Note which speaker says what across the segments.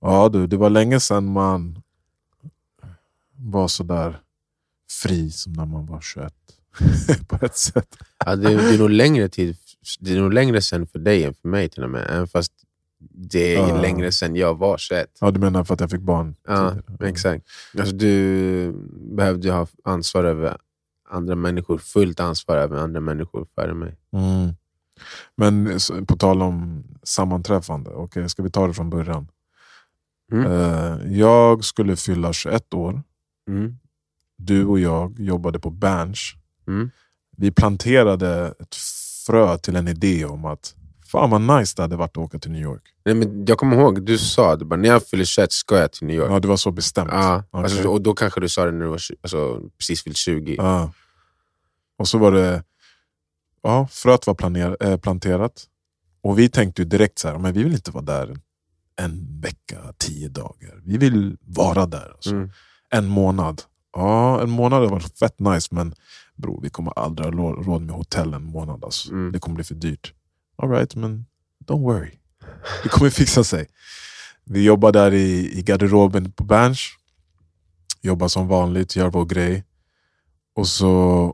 Speaker 1: Ja du, det var länge sedan man var så där fri som när man var 21. På ett sätt.
Speaker 2: Ja, det, är, det, är nog längre tid, det är nog längre sen för dig än för mig till och med. Även fast det är
Speaker 1: Ja.
Speaker 2: längre sen jag var 21.
Speaker 1: Ja, du menar för att jag fick barn?
Speaker 2: Ja,
Speaker 1: tidigare. Mm.
Speaker 2: exakt. Alltså, du behövde ju ha ansvar över andra människor. Fullt ansvar över andra människor före mig.
Speaker 1: Mm. Men så- på tal om sammanträffande, okay, ska vi ta det från början?
Speaker 2: Mm.
Speaker 1: Eh, jag skulle fylla 21 år.
Speaker 2: Mm.
Speaker 1: Du och jag jobbade på Berns.
Speaker 2: Mm.
Speaker 1: Vi planterade ett frö till en idé om att fan vad nice det hade varit att åka till New York.
Speaker 2: Nej, men jag kommer ihåg, du sa det bara, när jag fyller 21 ska jag till New York.
Speaker 1: Ja, det var så bestämt.
Speaker 2: Ja,
Speaker 1: Okej.
Speaker 2: alltså, och då kanske du sa det när du var tju- alltså, precis fyllt 20.
Speaker 1: Ja. Och så var det... Ja, fröet var planer, eh, planterat. Och vi tänkte ju direkt så här, men vi vill inte vara där en vecka, tio dagar. Vi vill vara där. Alltså.
Speaker 2: Mm.
Speaker 1: En månad. Ja, en månad har varit fett nice, men bro, vi kommer aldrig ha lå- råd med hotell en månad. Alltså.
Speaker 2: Mm.
Speaker 1: Det kommer bli för dyrt. All right, men don't worry. Det kommer fixa sig. Vi jobbar där i, i garderoben på Berns. Jobbar som vanligt, gör vår grej. Och så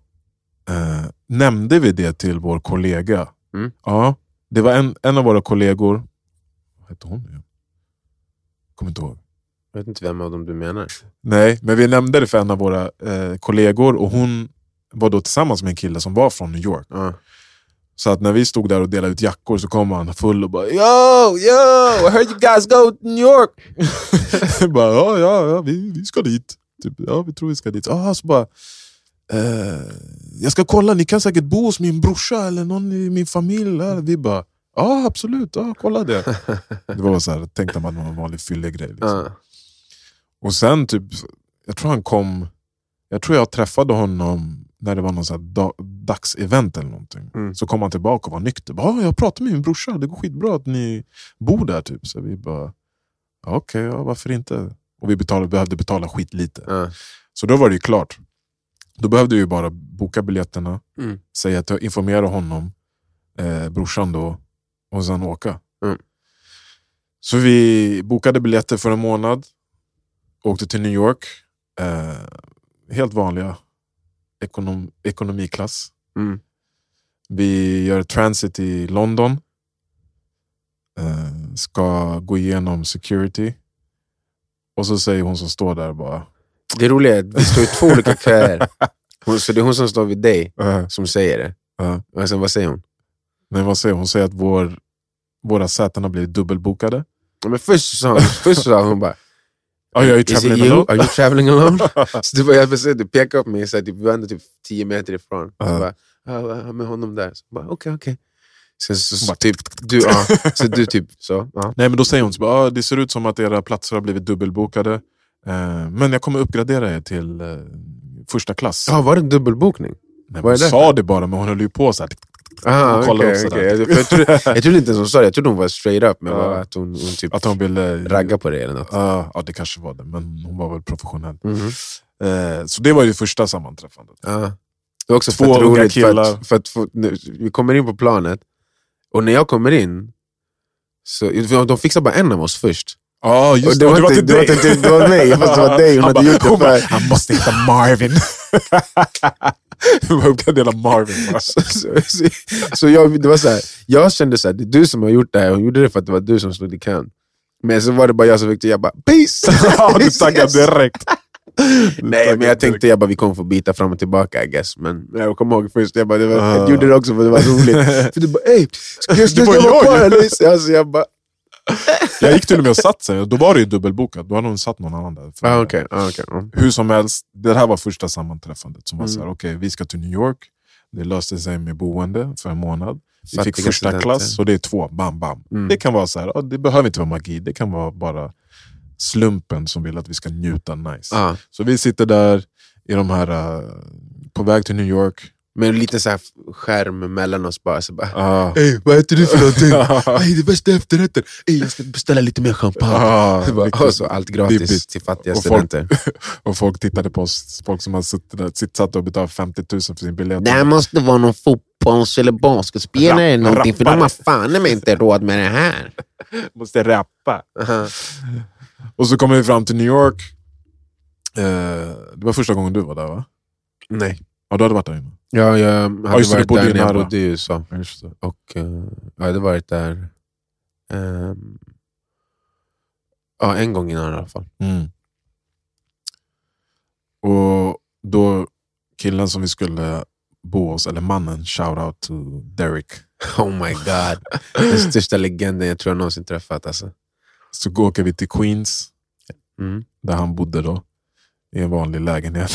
Speaker 1: eh, nämnde vi det till vår kollega.
Speaker 2: Mm.
Speaker 1: Ja, det var en, en av våra kollegor. Vad hette hon nu? Kommer inte ihåg.
Speaker 2: Jag vet inte vem av dem du menar.
Speaker 1: Nej, men vi nämnde det för en av våra eh, kollegor och hon var då tillsammans med en kille som var från New York.
Speaker 2: Ja.
Speaker 1: Så att när vi stod där och delade ut jackor så kom han full och bara Yo, yo, Oh, I heard you guys go to New York. bara, ja, ja, ja vi, vi ska dit. Typ, ja, vi tror vi ska dit. Ah, så bara, eh, jag ska kolla, ni kan säkert bo hos min brorsa eller någon i min familj. Här. Vi bara, ja absolut, ja, kolla det. Det var så här, tänkte man att det var en vanlig fyllig grej. Liksom.
Speaker 2: Ja.
Speaker 1: Och sen typ, jag tror han kom, jag tror jag träffade honom när det var någon så här da, dagsevent eller någonting.
Speaker 2: Mm.
Speaker 1: Så kom han tillbaka och var nykter. Bara, "Ah, jag pratade med min brorsa, det går skitbra att ni bor där. Typ. Så vi bara, "Ja, okej, ja, varför inte? Och vi betalade, behövde betala skitlite.
Speaker 2: Ja.
Speaker 1: Så då var det ju klart. Då behövde vi ju bara boka biljetterna,
Speaker 2: Mm.
Speaker 1: säga att jag informerar honom, eh, brorsan då, och sen åka.
Speaker 2: Mm.
Speaker 1: Så vi bokade biljetter för en månad, åkte till New York. Eh, helt vanliga ekonom, ekonomiklass.
Speaker 2: Mm.
Speaker 1: Vi gör transit i London. Eh, ska gå igenom security. Och så säger hon som står där bara...
Speaker 2: Det roliga är att vi står i två olika köer. Hon- Så det är hon som står vid dig
Speaker 1: eh,
Speaker 2: som säger det.
Speaker 1: Ja.
Speaker 2: Och sen, vad säger hon?
Speaker 1: Nej, vad säger hon? Hon säger att vår, våra säten har blivit dubbelbokade.
Speaker 2: Ja, Men först sa hon, först sa hon bara
Speaker 1: Ja, jag är ju
Speaker 2: Is it
Speaker 1: traveling
Speaker 2: you?
Speaker 1: alone.
Speaker 2: Are you traveling alone? så det var, jag precis, du pekade på mig så här, typ, vi var ändå typ tio meter ifrån.
Speaker 1: Ja.
Speaker 2: Jag bara, ah, ah, med honom där. Så bara, Okej, okej. Sen så,
Speaker 1: Hon
Speaker 2: så,
Speaker 1: bara-
Speaker 2: typ, du, ja. så du typ så. Ja.
Speaker 1: Nej, men då säger hon så bara, ah, det ser ut som att era platser har blivit dubbelbokade. Eh, men jag kommer uppgradera er till eh, första klass.
Speaker 2: Ja, var det en dubbelbokning?
Speaker 1: Nej,
Speaker 2: vad
Speaker 1: hon
Speaker 2: är det?
Speaker 1: sa det bara, men hon höll ju på så här.
Speaker 2: Ah,
Speaker 1: Hon kollar
Speaker 2: okej,
Speaker 1: upp sådär.
Speaker 2: okej. Jag, för jag, trodde, jag trodde inte ens hon sa det, jag trodde hon var straight up. Men
Speaker 1: Ja.
Speaker 2: bara att hon, hon typ
Speaker 1: Att hon ville...
Speaker 2: ragga på dig eller något.
Speaker 1: Ja, ja, det kanske var det, men hon var väl professionell.
Speaker 2: Mhm.
Speaker 1: Eh, så det var ju det första sammanträffandet.
Speaker 2: Ja. Det var också
Speaker 1: Två
Speaker 2: fett
Speaker 1: unga
Speaker 2: roligt, för
Speaker 1: killar.
Speaker 2: att, för att få, nu, vi kommer in på planet, och när jag kommer in, så, för de fixar bara en av oss först.
Speaker 1: Ja,
Speaker 2: Och
Speaker 1: just
Speaker 2: det
Speaker 1: det. och
Speaker 2: var
Speaker 1: Det var
Speaker 2: inte-
Speaker 1: till
Speaker 2: det var
Speaker 1: dig.
Speaker 2: inte- det var mig, fast det var dig hon
Speaker 1: Han
Speaker 2: hade
Speaker 1: bara-
Speaker 2: gjort det
Speaker 1: hon bara,
Speaker 2: för.
Speaker 1: Han måste hitta Marvin. Hon bara uppgraderade Marvin. bara.
Speaker 2: Så, så, så, så jag, det var så här, jag kände så här, det är du som har gjort det här, hon gjorde det för att det var du som slog i kön. Men så var det bara jag som fick det, jag bara peace!
Speaker 1: Ja,
Speaker 2: Vi
Speaker 1: du
Speaker 2: ses!
Speaker 1: taggade direkt. Du
Speaker 2: Nej, men
Speaker 1: taggade
Speaker 2: jag
Speaker 1: direkt.
Speaker 2: tänkte jag bara vi kommer få bita fram och tillbaka I guess. Men jag kommer ihåg först, jag, bara, det var, jag
Speaker 1: Ah.
Speaker 2: gjorde det också för det var roligt. för du bara ey, ska jag
Speaker 1: Det var
Speaker 2: sluta vara
Speaker 1: jag
Speaker 2: kvar
Speaker 1: ju.
Speaker 2: eller? Så jag- så jag bara,
Speaker 1: Jag gick till och med och satt sig. Då var det ju dubbelbokat. Då hade hon satt någon annan där.
Speaker 2: ah, okej, ah, okej. mm.
Speaker 1: Hur som helst, det här var första sammanträffandet. Som var
Speaker 2: Mm.
Speaker 1: så här, okej, vi ska till New York. Det löste sig med boende för en månad. Vi fick
Speaker 2: Fattiga
Speaker 1: första
Speaker 2: studenter.
Speaker 1: klass, så det är två. Bam, bam.
Speaker 2: Mm.
Speaker 1: Det kan vara så här, ja, det behöver inte vara magi. Det kan vara bara slumpen som vill att vi ska njuta nice.
Speaker 2: Ah,
Speaker 1: Så vi sitter där i de här, eh, på väg till New York.
Speaker 2: men lite så här skärm mellan oss bara. Så bara
Speaker 1: Ah.
Speaker 2: Ey, vad äter du för någonting? Ey, det bästa efterrätten! Ey, jag ska beställa lite mer champagne.
Speaker 1: Ah,
Speaker 2: Så bara,
Speaker 1: riktigt.
Speaker 2: och så allt gratis
Speaker 1: Bibbigt.
Speaker 2: till fattiga
Speaker 1: Och folk-
Speaker 2: studenter.
Speaker 1: Och folk tittade på oss, folk som har suttit, där, sitt- satt och betalat 50 000 för sin biljett.
Speaker 3: Det här måste vara någon fotbolls eller basketspelare eller någonting, för de har fan i mig inte råd med det här.
Speaker 1: Måste rappa.
Speaker 2: Aha.
Speaker 1: Och så kommer vi fram till New York. Eh, det var första gången du var där va?
Speaker 2: Nej.
Speaker 1: Ja, du hade varit där innan.
Speaker 2: Ja, jag hade
Speaker 1: just det, du
Speaker 2: varit
Speaker 1: bodde
Speaker 2: där
Speaker 1: ju
Speaker 2: när jag
Speaker 1: nära.
Speaker 2: bodde i USA.
Speaker 1: Ja, Just det.
Speaker 2: Och eh, jag hade varit där ehm, ja, en gång innan i alla fall.
Speaker 1: Mm. Och då killen som vi skulle bo hos, eller mannen, shout out to Derek.
Speaker 2: Oh my god. Den största legenden jag tror jag någonsin träffat. Alltså.
Speaker 1: Så går- åker vi till Queens,
Speaker 2: Mm.
Speaker 1: där han bodde då, i en vanlig lägenhet.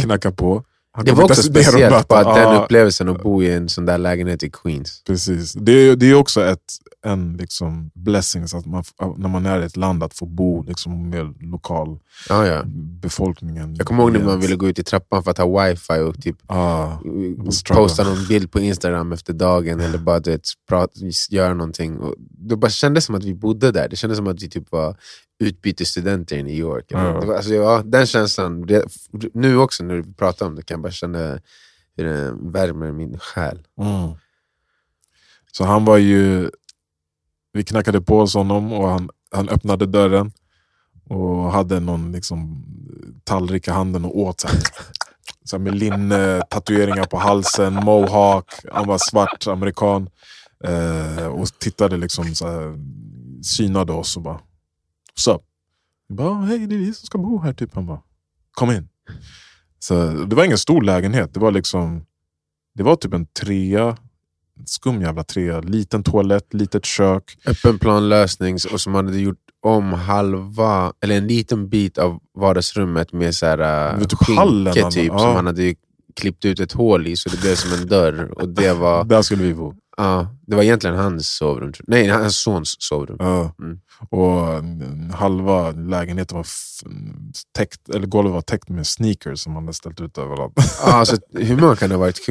Speaker 1: Knackar på. Han
Speaker 2: Det
Speaker 1: kommer
Speaker 2: var
Speaker 1: inte
Speaker 2: också
Speaker 1: ens ner och
Speaker 2: speciellt,
Speaker 1: möta-
Speaker 2: bara den
Speaker 1: Ja,
Speaker 2: upplevelsen att bo i en sån där lägenhet i Queens.
Speaker 1: Precis. Det är, det är också ett, en liksom blessing så att man, f- när man är i ett land att få bo liksom, med eh,
Speaker 2: Ja, ja.
Speaker 1: lokalbefolkningen.
Speaker 2: Jag kommer ihåg när man ville gå ut i trappan för att ha wifi och typ
Speaker 1: Ah, struggle.
Speaker 2: posta någon bild på Instagram efter dagen eller bara du vet, prat, göra någonting. Och det bara kändes som att vi bodde där. Det kändes som att vi typ var utbytesstudenter i New York.
Speaker 1: Ja.
Speaker 2: Det var, alltså, ja, den känslan, det, nu också när vi pratar om det, kan jag bara känna hur den värmer min själ.
Speaker 1: mm. Så han var ju... Vi knackade på hos honom och han, han öppnade dörren och hade någon liksom, tallrik i handen och åt. Så här, så här med linne, tatueringar på halsen, mohawk. Han var svart amerikan. Eh, och tittade liksom så här, synade oss och bara What's up? Jag bara, hej det är vi som ska bo här typ. Han bara, kom in. Så det var ingen stor lägenhet. Det var liksom det var typ en trea, en skum jävla trea. Liten toalett, litet kök.
Speaker 2: Öppen planlösning och som hade gjort om halva, eller en liten bit av vardagsrummet med så här,
Speaker 1: Men
Speaker 2: äh,
Speaker 1: typ hallen
Speaker 2: skynke
Speaker 1: hade-
Speaker 2: typ,
Speaker 1: ja.
Speaker 2: som han hade ju klippt ut ett hål i så det blev som en dörr. Och det var...
Speaker 1: Där skulle vi bo.
Speaker 2: Ja, det var egentligen hans sovrum. tror- Nej, hans sons sovrum.
Speaker 1: Ja.
Speaker 2: Mm.
Speaker 1: Och mm, halva lägenheten var f- täckt, eller golvet var täckt med sneakers som han hade ställt ut överallt.
Speaker 2: Ja, alltså, hur många kan det ha varit?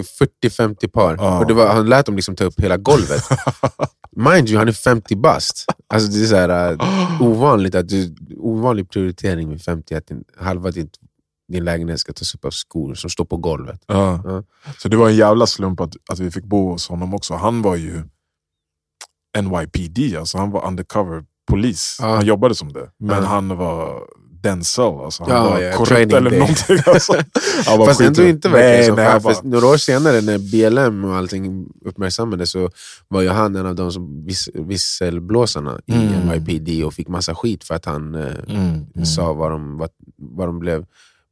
Speaker 2: 40-50 par.
Speaker 1: Ja.
Speaker 2: Och det var, han lät dem liksom ta upp hela golvet. Mind you, han är 50 bast. Alltså, det är så här, eh, ovanligt att du, ovanlig prioritering med 50, att din, halva din, din lägenhet ska tas upp av skor som står på golvet.
Speaker 1: Ja.
Speaker 2: Ja.
Speaker 1: Så det var en jävla slump att, att vi fick bo hos honom också. Han var ju NYPD, alltså han var undercover polis.
Speaker 2: Ja.
Speaker 1: Han jobbade som det, men
Speaker 2: Ja.
Speaker 1: han var Denzel. Alltså han
Speaker 2: Ja,
Speaker 1: var
Speaker 2: ja,
Speaker 1: korrupt
Speaker 2: training
Speaker 1: eller
Speaker 2: day.
Speaker 1: någonting. Alltså. Han var
Speaker 2: Fast
Speaker 1: skit-
Speaker 2: ändå inte verkar det
Speaker 1: nej,
Speaker 2: som.
Speaker 1: nej,
Speaker 2: för
Speaker 1: han
Speaker 2: för
Speaker 1: bara,
Speaker 2: Några år senare när BLM och allting uppmärksammades så var ju han en av de som vis, visselblåsarna
Speaker 1: Mm.
Speaker 2: i NYPD och fick massa skit för att han eh,
Speaker 1: mm, mm,
Speaker 2: sa vad de, vad, vad de blev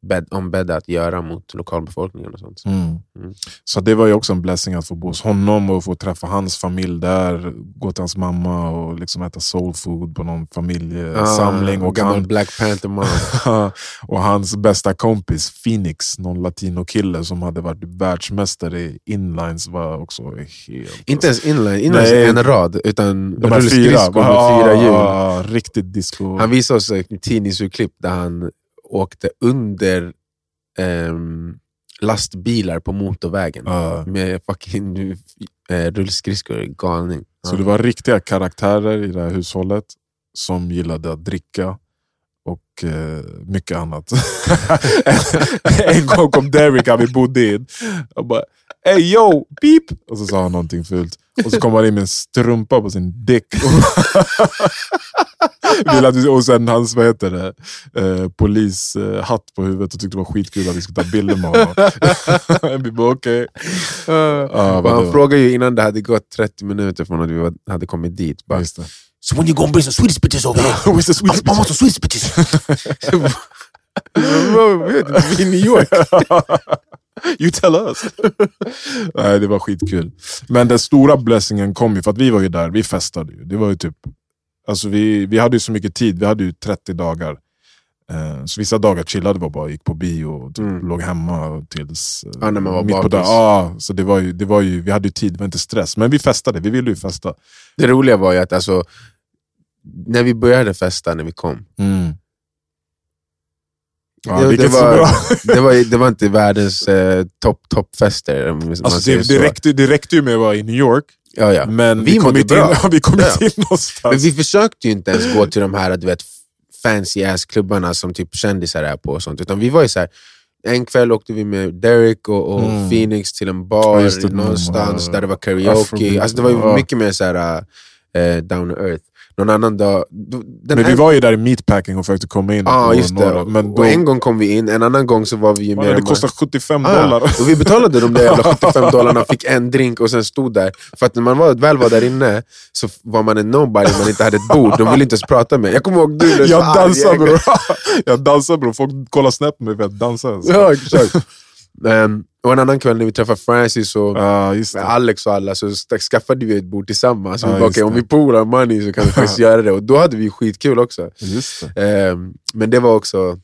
Speaker 2: bed, ombedda att göra mot lokalbefolkningen och sånt.
Speaker 1: mm.
Speaker 2: Mm.
Speaker 1: Så det var ju också en blessing att få bo hos honom och få träffa hans familj där. Gå till hans mamma och liksom äta soul food på någon familjesamling.
Speaker 2: Ah,
Speaker 1: och
Speaker 2: gammal
Speaker 1: han,
Speaker 2: Black Panther man.
Speaker 1: och hans bästa kompis Phoenix, någon latinokille som hade varit världsmästare i inlines var också helt...
Speaker 2: inte ens inline, inline
Speaker 1: Nej.
Speaker 2: är en rad, utan
Speaker 1: de här fyra,
Speaker 2: rullskridskor med fyra hjul.
Speaker 1: ah, riktigt disco.
Speaker 2: Han visade oss ett tidningsurklipp där han åkte under ehm, lastbilar på motorvägen
Speaker 1: Ah,
Speaker 2: med fucking eh, rullskridskor. Galning.
Speaker 1: så det var riktiga karaktärer i det här hushållet som gillade att dricka och eh, mycket annat. en gång kom Derek, han vi bodde in. Jag bara, ey yo, beep! Och så sa han någonting fult. Och så kom han in med en strumpa på sin dick. Vill att vi, och sen hans vad heter det, eh, polishatt på huvudet och tyckte det var skitkul att vi skulle ta bilder med honom. vi bara okej.
Speaker 2: Ah,
Speaker 1: Ja, vad
Speaker 2: och
Speaker 1: det
Speaker 2: han
Speaker 1: var.
Speaker 2: frågade ju innan det hade gått 30 minuter från att vi var, hade kommit dit. Bara,
Speaker 1: Just det.
Speaker 3: So when you gonna bring some Swedish bitches over here?
Speaker 1: Where's the sweet
Speaker 3: I, I want some Swedish bitches.
Speaker 2: I New York.
Speaker 1: You tell us. Nej, det var skitkul. Men den stora blessingen kom ju för att vi var ju där, vi festade ju. Det var ju typ, alltså vi, vi hade ju så mycket tid, vi hade ju 30 dagar. Eh, Så vissa dagar chillade vi bara, gick på bio och typ
Speaker 2: Mm.
Speaker 1: låg hemma tills eh,
Speaker 2: Ja, när man var
Speaker 1: mitt på
Speaker 2: bakis.
Speaker 1: dagen. Ja, så det var, ju, det var ju, vi hade ju tid, det var inte stress. Men vi festade, vi ville ju festa.
Speaker 2: Det roliga var ju att alltså, när vi började festa, när vi kom,
Speaker 1: Mm. Ja,
Speaker 2: Det-
Speaker 1: det,
Speaker 2: det
Speaker 1: gick inte så
Speaker 2: var-
Speaker 1: bra.
Speaker 2: det var, det var inte världens eh, topp toppfester. om man
Speaker 1: Alltså,
Speaker 2: säger
Speaker 1: det,
Speaker 2: så.
Speaker 1: det, räckte, det räckte ju med att vara i New York,
Speaker 2: Ja, ja.
Speaker 1: men
Speaker 2: Vi
Speaker 1: vi kom
Speaker 2: mådde
Speaker 1: ju till,
Speaker 2: bra.
Speaker 1: vi kom
Speaker 2: Ja.
Speaker 1: ju till någonstans.
Speaker 2: Men vi försökte ju inte ens gå till de här du vet, fancy ass klubbarna som typ kändisar är på och sånt. Utan vi var ju så här, en kväll åkte vi med Derek och, och
Speaker 1: Mm.
Speaker 2: Phoenix till en
Speaker 1: Ja,
Speaker 2: bar
Speaker 1: just det, de
Speaker 2: någonstans
Speaker 1: här-
Speaker 2: där det var
Speaker 1: Afrobeat.
Speaker 2: karaoke. Alltså det var ju
Speaker 1: Ja.
Speaker 2: mycket mer så här, eh, down to earth. Någon annan dag... då- Den
Speaker 1: Men
Speaker 2: här-
Speaker 1: vi var ju där i meatpacking och försökte komma in.
Speaker 2: Ja,
Speaker 1: på
Speaker 2: just det.
Speaker 1: några, Men då,
Speaker 2: och en gång kom vi in, en annan gång så var vi ju
Speaker 1: man, det kostar 75 dollar.
Speaker 2: Ah. Och vi betalade de där jävla 75 dollarna, fick en drink och sen stod där. För att när man var, väl var där inne så var man en nobody, man inte hade ett bord. De ville inte ens prata med en. Jag kommer ihåg du blev så
Speaker 1: Jag
Speaker 2: arg.
Speaker 1: dansar bror. Jag dansar bror. Folk kollar snett på mig för att jag dansar. alltså. ens.
Speaker 2: Ja, exakt. Ehm, och en annan kväll när vi träffade Francis och
Speaker 1: Ja, just
Speaker 2: med
Speaker 1: det.
Speaker 2: Alex och alla så sta- skaffade vi ett bord tillsammans.
Speaker 1: Ja,
Speaker 2: vi bara,
Speaker 1: just
Speaker 2: "Okej, om
Speaker 1: det.
Speaker 2: vi polar money så kan vi faktiskt göra det. Och då hade vi skitkul också.
Speaker 1: Just det.
Speaker 2: Ehm, men det var också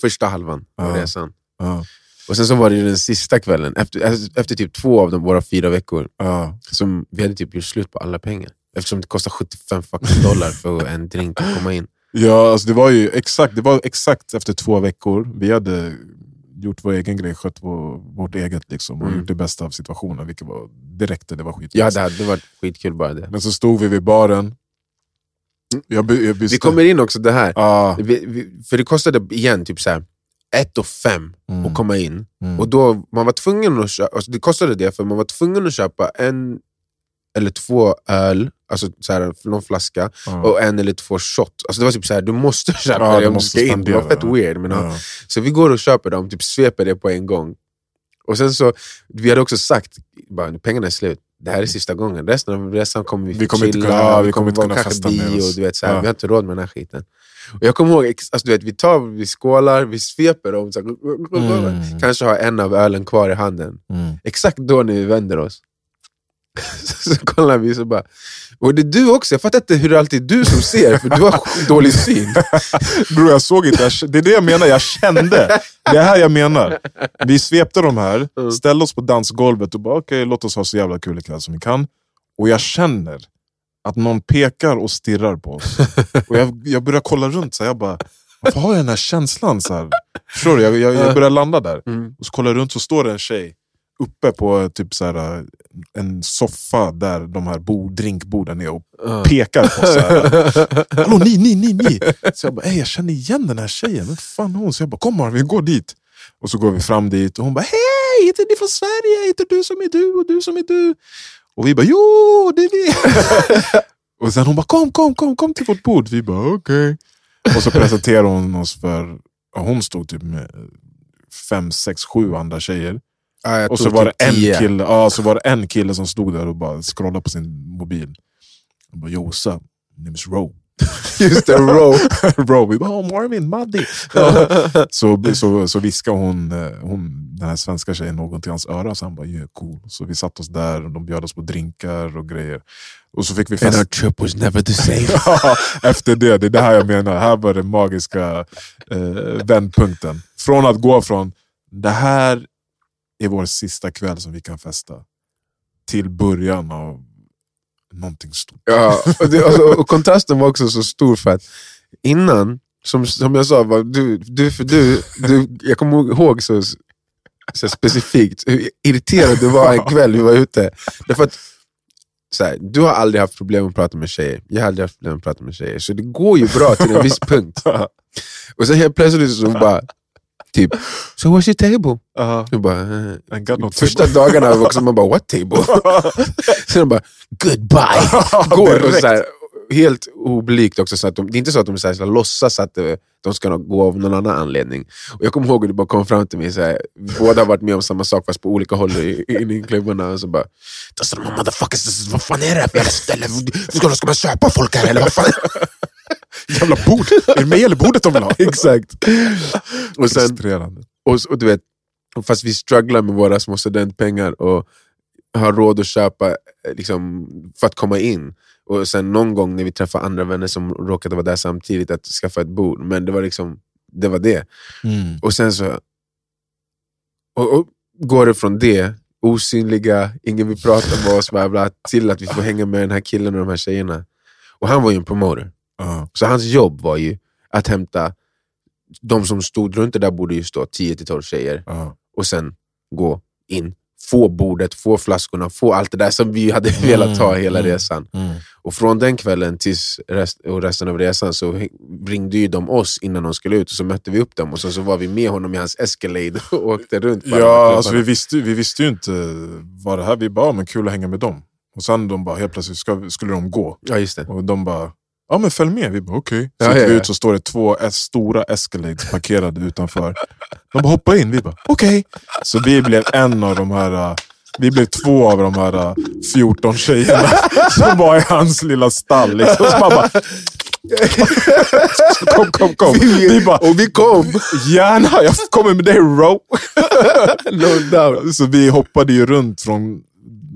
Speaker 2: första halvan av
Speaker 1: Ja.
Speaker 2: resan.
Speaker 1: Ja,
Speaker 2: Och sen så var det ju den sista kvällen, efter, alltså, efter typ två av de, våra fyra veckor,
Speaker 1: ja.
Speaker 2: som vi hade typ gjort slut på alla pengar. Eftersom det kostar 75 fucking dollar för en drink att komma in.
Speaker 1: ja alltså det var ju exakt, det var exakt efter två veckor. Vi hade gjort vår egen grej, skött vår, vårt eget liksom, och
Speaker 2: Mm.
Speaker 1: gjort det bästa av situationen. Vilket var, det räckte, det var skit.
Speaker 2: Ja, det hade varit skitkul bara det.
Speaker 1: Men så stod vi vid baren. Jag, be- jag
Speaker 2: Mm. Vi
Speaker 1: beställde-
Speaker 2: kommer in också det här.
Speaker 1: Ja.
Speaker 2: Vi, vi, för det kostade igen typ så här, ett och fem
Speaker 1: Mm.
Speaker 2: att komma in.
Speaker 1: Mm.
Speaker 2: Och då, man var tvungen att köpa, alltså det kostade det, för man var tvungen att köpa en eller två öl, alltså så här, någon flaska,
Speaker 1: Ja.
Speaker 2: och en eller två shot. Alltså det var typ så här, du måste köpa
Speaker 1: Ja,
Speaker 2: det
Speaker 1: du
Speaker 2: om
Speaker 1: måste
Speaker 2: du ska in. Det var
Speaker 1: spendera,
Speaker 2: fett
Speaker 1: ja.
Speaker 2: weird. Men, ja.
Speaker 1: Ja.
Speaker 2: Så vi går och köper dem, typ sveper det på en gång. Och sen så, Vi hade också sagt bara, pengarna är slut. Det här är sista gången. Resten av resan kommer vi,
Speaker 1: Vi kommer inte
Speaker 2: chilla,
Speaker 1: kunna- ja, vi kommer inte
Speaker 2: vara
Speaker 1: kunna
Speaker 2: kanske
Speaker 1: festa med
Speaker 2: bio,
Speaker 1: oss.
Speaker 2: du vet, så här,
Speaker 1: Ja.
Speaker 2: Vi har inte råd med den här skiten. Och jag kommer ihåg, ex- alltså, du vet, vi tar, vi skålar, vi sveper dem. Så här,
Speaker 1: Mm.
Speaker 2: Kanske har en av ölen kvar i handen.
Speaker 1: Mm.
Speaker 2: Exakt då när vi vänder oss. Så, så kollar vi så bara, och det är du också. Jag fattar inte hur det alltid är du som ser, för du har dålig syn.
Speaker 1: Bror, jag såg inte. Jag, det är det jag menar, jag kände. Det är här jag menar. Vi svepte de här,
Speaker 2: Mm.
Speaker 1: ställde oss på dansgolvet och bara okej, låt oss ha så jävla kul ikväll som vi kan. Och jag känner att någon pekar och stirrar på oss. Och jag, jag börjar kolla runt, så här, jag bara, varför har jag den här känslan? Så här? Förstår du? Jag, jag, jag börjar landa där.
Speaker 2: Mm.
Speaker 1: Och så kollar jag runt så står det en tjej uppe på eh, typ så här, eh, en soffa där de här bo, drinkborden är och pekar på oss. så här. Hallå ni, ni, ni, ni! Så jag bara, "Ey, jag känner igen den här tjejen. Vem fan är hon? Så jag bara, kom Marvin, vi går dit. Och så går vi fram dit och hon bara, hej! Heter ni från Sverige? Heter du som är du och du som är du? Och vi bara, jo, det är vi! och sen hon bara, kom, kom, kom, kom till vårt bord. Vi bara, okej. Och så presenterar hon oss för, ja, hon stod typ med fem, sex, sju andra tjejer.
Speaker 2: Ja, jag
Speaker 1: Och så
Speaker 2: tog
Speaker 1: var,
Speaker 2: typ
Speaker 1: det en
Speaker 2: tio.
Speaker 1: kille, ja, så var det en kille som stod där och bara scrollade på sin mobil. Han bara, yo, what's up? My name is Ro.
Speaker 2: Just det, row.
Speaker 1: Bro, vi bara oh, Marvin, Maddy. så, så, så viskade hon, eh, hon, den här svenska tjejen någonting i hans öra, så han bara yeah, cool. Så vi satt oss där och de bjöd oss på drinkar och grejer. Och så fick vi fest.
Speaker 2: trip was never the same.
Speaker 1: Efter det, det är det här jag menar. Här var den magiska eh, vändpunkten. Från att gå från det här är vår sista kväll som vi kan festa till början av någonting stort.
Speaker 2: ja, och, det, alltså, och kontrasten var också så stor för att innan, som, som jag sa, var du, du, för du, du, jag kommer ihåg så, så specifikt hur irriterad du var en kväll vi var ute. Därför att, så här, du har aldrig haft problem att prata med tjejer. Jag har aldrig haft problem att prata med tjejer. Så det går ju bra till en viss punkt. Och sen helt plötsligt så bara, typ, so what's your table? Du bara, "Eh."
Speaker 1: I got no
Speaker 2: Första dagarna var också man bara, what table? Sen bara, goodbye. Går och
Speaker 1: Direkt.
Speaker 2: så här, helt oblikt också. Så att de, det är inte så att de så här, så här, låtsas att eh, de ska nog gå av någon annan anledning. Och jag kommer ihåg hur du bara kom fram till mig, så här, båda har varit med om samma sak fast på olika håll i, i, i klubbarna. Och så bara, "Alltså, de här motherfuckers, vad fan är det här för jävla ställe? Ska, ska man köpa folk här eller vad fan?
Speaker 1: Jävla bord! Är det mig eller bordet de vill ha?
Speaker 2: Exakt. Och sen,
Speaker 1: Frustrerande.
Speaker 2: Och, och du vet, fast vi strugglar med våra små studentpengar och har råd att köpa eh, liksom, för att komma in. Och sen någon gång när vi träffar andra vänner som råkade vara där samtidigt, att skaffa ett bord. Men det var liksom, det var det. Och sen så och, och, går det från det, osynliga, ingen vill prata med oss, bla bla, till att vi får hänga med den här killen och de här tjejerna. Och han var ju en promoter.
Speaker 1: Ja.
Speaker 2: Så hans jobb var ju att hämta de som stod runt det där borde ju stå 10-12 tjejer
Speaker 1: Ja.
Speaker 2: och sen gå in, få bordet, få flaskorna, få allt det där som vi hade
Speaker 1: Mm,
Speaker 2: velat ta hela
Speaker 1: mm.
Speaker 2: resan. Och från den kvällen tills rest, och resten av resan så häng- ringde ju de oss innan de skulle ut och så mötte vi upp dem och sen så var vi med honom i hans Escalade och åkte runt. på alla
Speaker 1: Ja,
Speaker 2: klubbarna.
Speaker 1: alltså vi visste, ju- vi visste ju inte vad det här... Vi bara, "Ja, men kul att hänga med dem. Och sen de bara, helt plötsligt ska, skulle de gå.
Speaker 2: ja, just det.
Speaker 1: Och de bara, ja men följ med. Vi bara okej. Okay.
Speaker 2: Ja,
Speaker 1: Så
Speaker 2: ja,
Speaker 1: vi
Speaker 2: ja.
Speaker 1: ut så står det två es- stora Escalades parkerade utanför. De bara hoppa in. Vi bara okej. Så vi blev en av de här, äh, vi blev två av de här äh, 14 tjejerna som var i hans lilla stall. Liksom. Så man bara, så kom, kom, kom. Vi bara,
Speaker 2: Och vi kom!
Speaker 1: gärna, jag kommer med dig bro.
Speaker 2: No doubt.
Speaker 1: Så vi hoppade ju runt från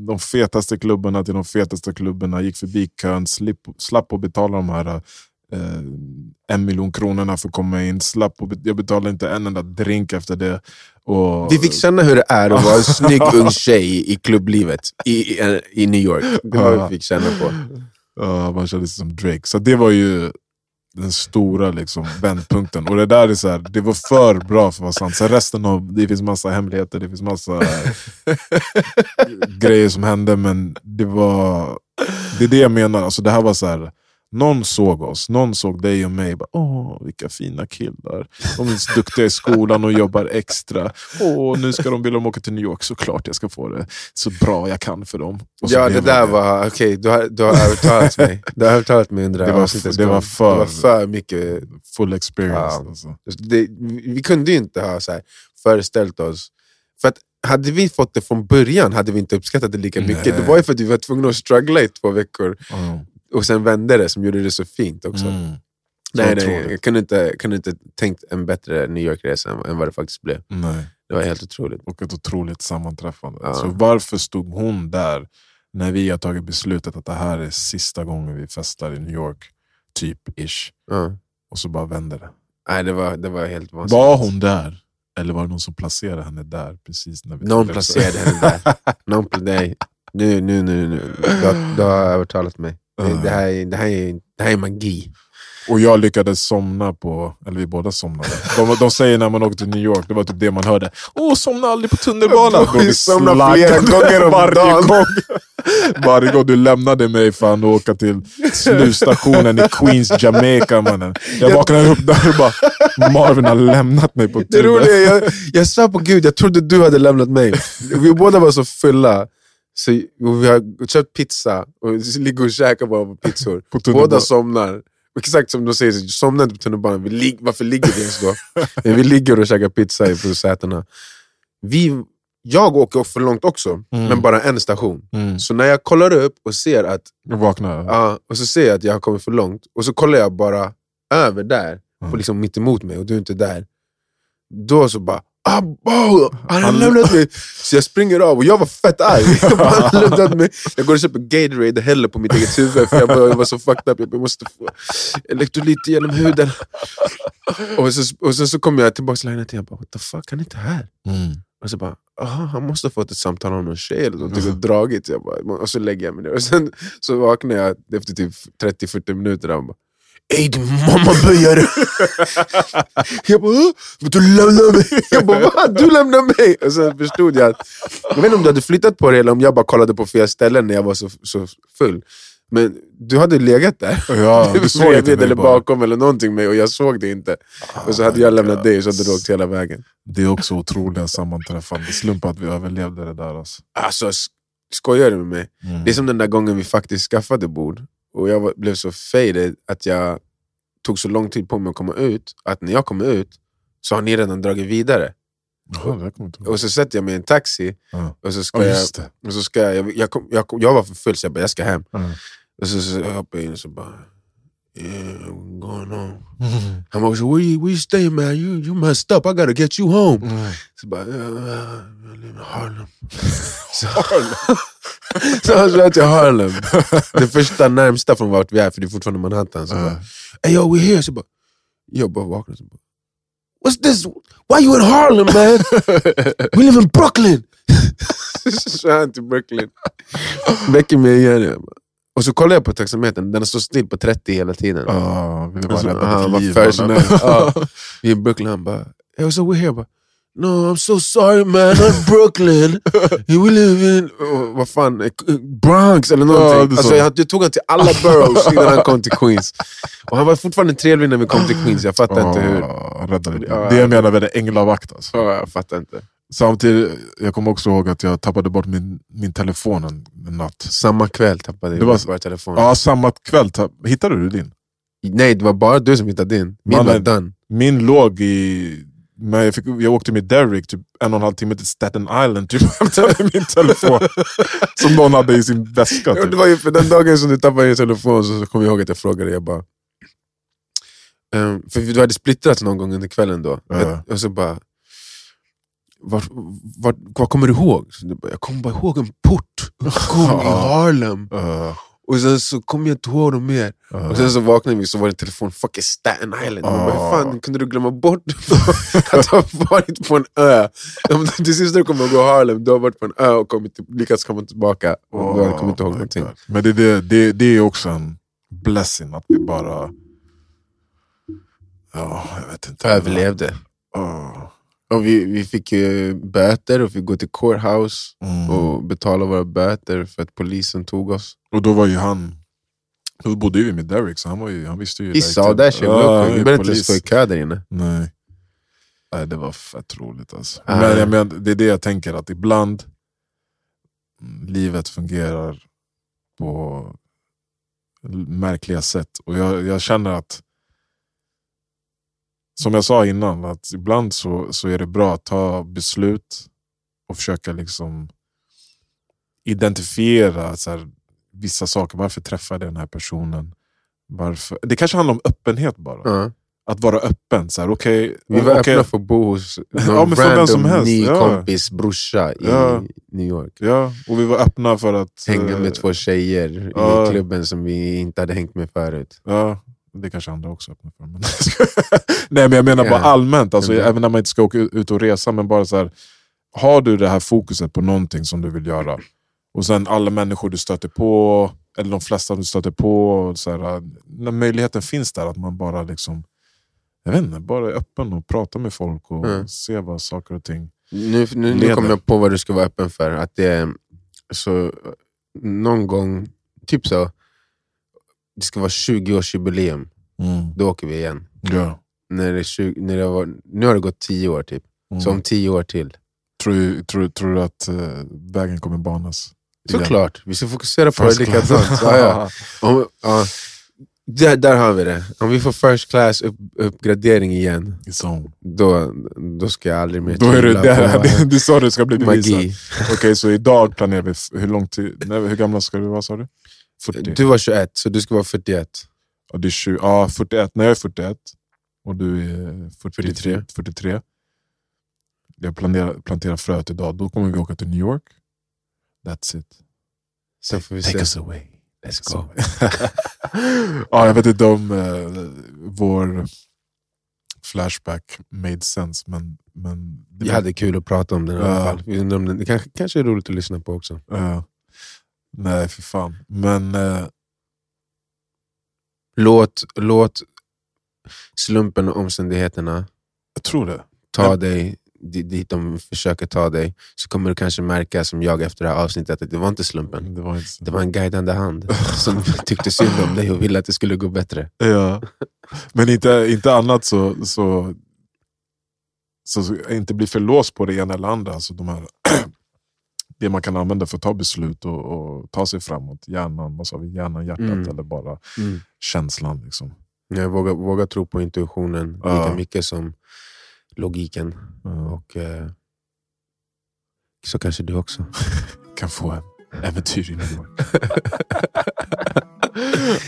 Speaker 1: de fetaste klubbarna till de fetaste klubbarna, gick förbi kön, slip, slapp att betala de här eh, en miljon kronorna för att komma in. Slapp att, be- jag betalade inte en enda drink efter det. Och,
Speaker 2: Vi fick känna hur det är att vara en snygg ung tjej i klubblivet i, i, i New York. Det var vad vi fick känna på.
Speaker 1: Ja, man kände sig som Drake. Så det var ju den stora liksom, vändpunkten. Och det där är så här, det var för bra för att vara sant. Sen resten av, det finns massa hemligheter, det finns massa grejer som hände, men det var... Det är det jag menar. Alltså, det här var så här, någon såg oss, någon såg dig och mig. Bara, Åh, vilka fina killar. De är så duktiga i skolan och jobbar extra. Åh, nu ska de vilja de åka till New York, såklart jag ska få det så bra jag kan för dem. Och så
Speaker 2: Ja, det
Speaker 1: blev
Speaker 2: där var... Okej, du, har, du har övertalat mig. Du har övertalat mig under
Speaker 1: Det var-
Speaker 2: avsnittets
Speaker 1: det var
Speaker 2: gång.
Speaker 1: för-
Speaker 2: Det var för mycket.
Speaker 1: full experience.
Speaker 2: Ja.
Speaker 1: Alltså.
Speaker 2: Det, vi vi kunde ju inte ha så här, föreställt oss... För att hade vi fått det från början hade vi inte uppskattat det lika mycket.
Speaker 1: Nej.
Speaker 2: Det var ju för att vi var tvungna att struggla i två veckor
Speaker 1: Mm.
Speaker 2: och sen vände det som gjorde det så fint också.
Speaker 1: Mm. Så
Speaker 2: Nej, nej,
Speaker 1: otroligt.
Speaker 2: jag kunde inte, kunde inte tänkt en bättre New York-resa än, än vad det faktiskt blev.
Speaker 1: Nej.
Speaker 2: Det var helt otroligt.
Speaker 1: Och ett otroligt sammanträffande.
Speaker 2: Ja.
Speaker 1: Så varför stod hon där när vi har tagit beslutet att det här är sista gången vi festar i New York? Typ ish.
Speaker 2: Ja.
Speaker 1: Och så bara vänder det.
Speaker 2: Nej, det var, det var helt vansinnigt.
Speaker 1: Var hon där? Eller var det någon som placerade henne där? precis när vi
Speaker 2: Någon
Speaker 1: träffades?
Speaker 2: placerade henne där. Någon pl- nej. Nu, nu, nu, nu. Du, har- du har övertalat mig. Det, det, här, är- det, här är, det här är magi.
Speaker 1: Och jag lyckades somna på, eller vi båda somnade. De, de säger när man åker till New York, det var typ det man hörde. Åh, somna aldrig på tunnelbanan.
Speaker 2: Jag
Speaker 1: Då
Speaker 2: somnar
Speaker 1: vi
Speaker 2: flera
Speaker 1: slaggade
Speaker 2: gånger om
Speaker 1: varje
Speaker 2: dagen.
Speaker 1: gång. Varje gång du lämnade mig fan och åka till slutstationen i Queens, Jamaica mannen. Jag
Speaker 2: Jag-
Speaker 1: vaknade upp där och bara, Marvin har lämnat mig på
Speaker 2: Det roliga
Speaker 1: tunnelbanan.
Speaker 2: är, jag, jag svär på gud, jag trodde du hade lämnat mig. Vi båda var så fulla. Så, och vi har köpt pizza och ligger och käkar bara på pizzor.
Speaker 1: På
Speaker 2: Båda
Speaker 1: tunnelbanan.
Speaker 2: somnar. Exakt som de säger, somna inte på tunnelbanan. Vi lig- Varför ligger vi ens då? Men vi ligger och käkar pizza i sätena. Vi, jag åker för långt också,
Speaker 1: Mm.
Speaker 2: men bara en station.
Speaker 1: Mm.
Speaker 2: Så när jag kollar upp och ser att,
Speaker 1: Jag vaknade.
Speaker 2: ah, och så ser jag att jag har kommit för långt, och så kollar jag bara över där,
Speaker 1: Mm.
Speaker 2: på liksom mitt emot mig, och du är inte där. Då så bara, ah, wow, han har
Speaker 1: Han-
Speaker 2: lämnat mig. Så jag springer av, och jag var fett arg. Jag, bara, "Han har lämnat mig. jag går och köper Gatorade och häller på mitt eget huvud, för jag, bara, jag var så fucked up. Jag bara, "Jag måste få elektrolyt genom huden. Och, så, och sen så kommer jag tillbaka till lägenheten, jag bara, what the fuck, han är inte här.
Speaker 1: Mm.
Speaker 2: Och så bara, aha, han måste ha fått ett samtal av någon tjej eller någonting och dragit. Jag bara, och så lägger jag mig ner. Och sen så vaknar jag efter typ 30-40 minuter och han bara, Ey din mamma böjare! jag bara, "Åh, men du lämnade mig! Jag bara, va? Du lämnade mig! Och sen förstod jag att, jag vet inte om du hade flyttat på det eller om jag bara kollade på fel ställen när jag var så, så full. Men du hade legat där.
Speaker 1: Ja, du såg inte
Speaker 2: Bredvid
Speaker 1: mig
Speaker 2: eller
Speaker 1: bara.
Speaker 2: bakom eller någonting mig och jag såg det inte. Och så hade jag lämnat dig och så hade du åkt hela vägen.
Speaker 1: "Ah, Det är också otroliga sammanträffande. Slump att vi överlevde det där. Alltså.
Speaker 2: Alltså, sk- skojar du med mig?
Speaker 1: Mm.
Speaker 2: Det är som den där gången vi faktiskt skaffade bord och jag var, blev så faded att jag tog så lång tid på mig att komma ut, att när jag kom ut så har ni redan dragit vidare.
Speaker 1: Jaha, det här kommer jag inte ihåg.
Speaker 2: Och så sätter jag mig i en taxi
Speaker 1: Ja.
Speaker 2: och så ska
Speaker 1: Ja,
Speaker 2: jag...
Speaker 1: just det.
Speaker 2: Och så ska jag, jag, jag, kom, jag, kom, jag var för full så jag bara, jag ska hem.
Speaker 1: Ja.
Speaker 2: Och så, så hoppade jag in och så bara, yeah, I'm going home. Han bara, so where you, where you staying man? You, you messed up, I gotta get you home.
Speaker 1: Mm.
Speaker 2: Så bara, "Ja, jag lever i Harlem. Så, så han sa till Harlem. Det första närmsta från vart vi är, för det är fortfarande Manhattan. Så bara,
Speaker 1: Ja.
Speaker 2: hey yo we're here. Så bara, jag bara vaknar så bara, what's this? Why you in Harlem man? We live in Brooklyn! så kör han till Brooklyn. Väcker mig igen. Jag bara. Och så kollar jag på taxametern, den står still på 30 hela tiden.
Speaker 1: Ja, vi var
Speaker 2: Alltså,
Speaker 1: rädda
Speaker 2: han var
Speaker 1: för liv.
Speaker 2: för
Speaker 1: mannen.
Speaker 2: snäll. Ja. Vi i Brooklyn, han bara, hey, so we're here. Bara, no, I'm so sorry man, I'm Brooklyn. We live in, oh, vad fan, eh, Bronx eller
Speaker 1: Ja, det
Speaker 2: någonting.
Speaker 1: är
Speaker 2: alltså,
Speaker 1: så.
Speaker 2: jag, jag tog han till alla boroughs innan han kom till Queens. Och han var fortfarande trevlig när vi kom till Queens, jag fattar inte hur.
Speaker 1: Ja, räddade liv.
Speaker 2: Ja.
Speaker 1: Det jag menar med det änglavakt. Alltså.
Speaker 2: Ja, jag fattar inte.
Speaker 1: Samtidigt, jag kommer också ihåg att jag tappade bort min, min telefon en, en natt.
Speaker 2: Samma kväll tappade
Speaker 1: Det
Speaker 2: jag
Speaker 1: var-
Speaker 2: bara telefonen.
Speaker 1: Ja, samma kväll. ta- Hittade du din?
Speaker 2: Nej, det var bara du som hittade din. Min
Speaker 1: Mannen.
Speaker 2: var done.
Speaker 1: Min låg i... Men jag, fick, jag åkte med Derek typ en och en halv timme till Staten Island typ, och hämtade min telefon. som någon hade i sin väska.
Speaker 2: Ja,
Speaker 1: Typ.
Speaker 2: Det var ju för den dagen som du tappade din telefon så så kom jag ihåg att jag frågade. Jag bara, ehm, för du hade splittrats någon gång under kvällen då.
Speaker 1: Ja.
Speaker 2: Jag, och så bara, var, var, vad kommer du ihåg? Så du bara, jag kommer bara ihåg en portuppgång i
Speaker 1: Ja.
Speaker 2: Harlem.
Speaker 1: Eh,
Speaker 2: Och sen så kom jag inte ihåg något mer.
Speaker 1: eh.
Speaker 2: Och sen så vaknade vi så var det telefon, fucking Staten Island. Man bara,
Speaker 1: Ja.
Speaker 2: hur fan kunde du glömma bort att du har varit på en ö? Ja, men Till sist när du kommer ihåg Harlem, du har varit på en ö och kommit, lyckats komma tillbaka. Och du har kommit inte ihåg
Speaker 1: Oh my
Speaker 2: någonting.
Speaker 1: God. Men det, det, det, det är också en blessing att vi bara... Ja, jag vet inte.
Speaker 2: Överlevde.
Speaker 1: Ja.
Speaker 2: Och vi, vi fick ju böter och fick gå till courthouse
Speaker 1: Mm.
Speaker 2: och betala våra böter för att polisen tog oss.
Speaker 1: Och då var ju han... Då bodde vi med Derek, så han, var ju, han visste ju...
Speaker 2: He
Speaker 1: direkt
Speaker 2: saw
Speaker 1: att-
Speaker 2: that shit.
Speaker 1: Ja,
Speaker 2: look,
Speaker 1: han är
Speaker 2: Vi behövde inte
Speaker 1: polis.
Speaker 2: ens stå i kö där inne.
Speaker 1: Nej. Nej, det var fett roligt alltså.
Speaker 2: Ja.
Speaker 1: Men jag men, det är det jag tänker, att ibland mm, livet fungerar på l- märkliga sätt. Och jag, jag känner att, som jag sa innan, att ibland så, så är det bra att ta beslut och försöka liksom identifiera så här, vissa saker. Varför träffade jag den här personen? Varför? Det kanske handlar om öppenhet bara
Speaker 2: Ja.
Speaker 1: att vara öppen. Så här, okay,
Speaker 2: Vi var
Speaker 1: okej,
Speaker 2: öppna för att bo hos någon
Speaker 1: Ja, men för vem
Speaker 2: random
Speaker 1: som helst,
Speaker 2: ny
Speaker 1: ja.
Speaker 2: kompis brorsa i
Speaker 1: Ja.
Speaker 2: New York.
Speaker 1: ja, och vi var öppna för att...
Speaker 2: Hänga
Speaker 1: eh,
Speaker 2: med två tjejer
Speaker 1: ja.
Speaker 2: i klubben som vi inte hade hängt med förut.
Speaker 1: Ja, det kanske andra också är öppna för. Men Nej, men jag menar bara
Speaker 2: Ja.
Speaker 1: allmänt, alltså,
Speaker 2: Mm.
Speaker 1: även när man inte ska åka ut och resa. Men bara så här, har du det här fokuset på någonting som du vill göra och sen alla människor du stöter på, eller de flesta du stöter på, och så här, eh, när möjligheten finns där att man bara liksom jag vet inte, bara är öppen och pratar med folk och
Speaker 2: Mm.
Speaker 1: ser vad saker och ting...
Speaker 2: Nu,
Speaker 1: Leder.
Speaker 2: nu, nu kom jag på vad du ska vara öppen för. Att det är, så, någon gång, typ så, det ska vara 20-årsjubileum. Då åker vi igen.
Speaker 1: mm, Ja.
Speaker 2: När det är 20, när det var, nu har det gått 10 år typ.
Speaker 1: Mm.
Speaker 2: Så om 10 år till.
Speaker 1: Tror, tror, tror du att eh, vägen kommer banas? Igen.
Speaker 2: Såklart, vi ska fokusera på
Speaker 1: First
Speaker 2: det
Speaker 1: class.
Speaker 2: likadant. Ja, ja. Om, ja. Där, där har vi det. Om vi får first class upp, uppgradering igen,
Speaker 1: It's on.
Speaker 2: då, då ska jag aldrig mer
Speaker 1: Då är det
Speaker 2: tvivla
Speaker 1: där.
Speaker 2: på
Speaker 1: Det- Du sa det ska bli bevisat.
Speaker 2: magi.
Speaker 1: Okej, så idag planerar vi... f- Hur, lång tid, nej, hur gamla ska du vara sa du? 40?
Speaker 2: Du var 21, så du ska vara 41.
Speaker 1: Ja, det är 20, ja, 41. När jag är 41 och du är 40, 43.
Speaker 2: 43.
Speaker 1: Jag planerar, planterar fröet idag. Då kommer vi åka till New York. That's it.
Speaker 2: Sen får vi se.
Speaker 1: away.
Speaker 2: Let's
Speaker 1: Så. ja, jag vet inte om eh, vår flashback made sense, men... men det
Speaker 2: Jag hade kul att prata om den i alla
Speaker 1: Ja.
Speaker 2: fall. Vi undrar om den- Det kanske, kanske är roligt att lyssna på också.
Speaker 1: eh, nej, för fan. Men eh,
Speaker 2: Låt, låt slumpen och omständigheterna
Speaker 1: jag tror det.
Speaker 2: ta
Speaker 1: Men-
Speaker 2: dig di- dit de försöker ta dig, så kommer du kanske märka som jag efter det här avsnittet att det var inte slumpen.
Speaker 1: Det var inte så.
Speaker 2: Det var en guidande hand som tyckte synd om dig och ville att det skulle gå bättre.
Speaker 1: Ja. Men inte, inte annat så... så så så inte bli för låst på det ena eller andra. Alltså de här, det man kan använda för att ta beslut och, och ta sig framåt. Hjärnan, vad sa vi? Hjärnan, hjärtat
Speaker 2: Mm.
Speaker 1: eller bara känslan. Liksom.
Speaker 2: Jag vågar, vågar tro på intuitionen
Speaker 1: Ja.
Speaker 2: lika mycket som logiken.
Speaker 1: Ja.
Speaker 2: Och eh, så kanske du också.
Speaker 1: kan få en äventyr i New York.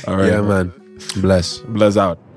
Speaker 1: All right.
Speaker 2: Yeah man, bless.
Speaker 1: Bless out.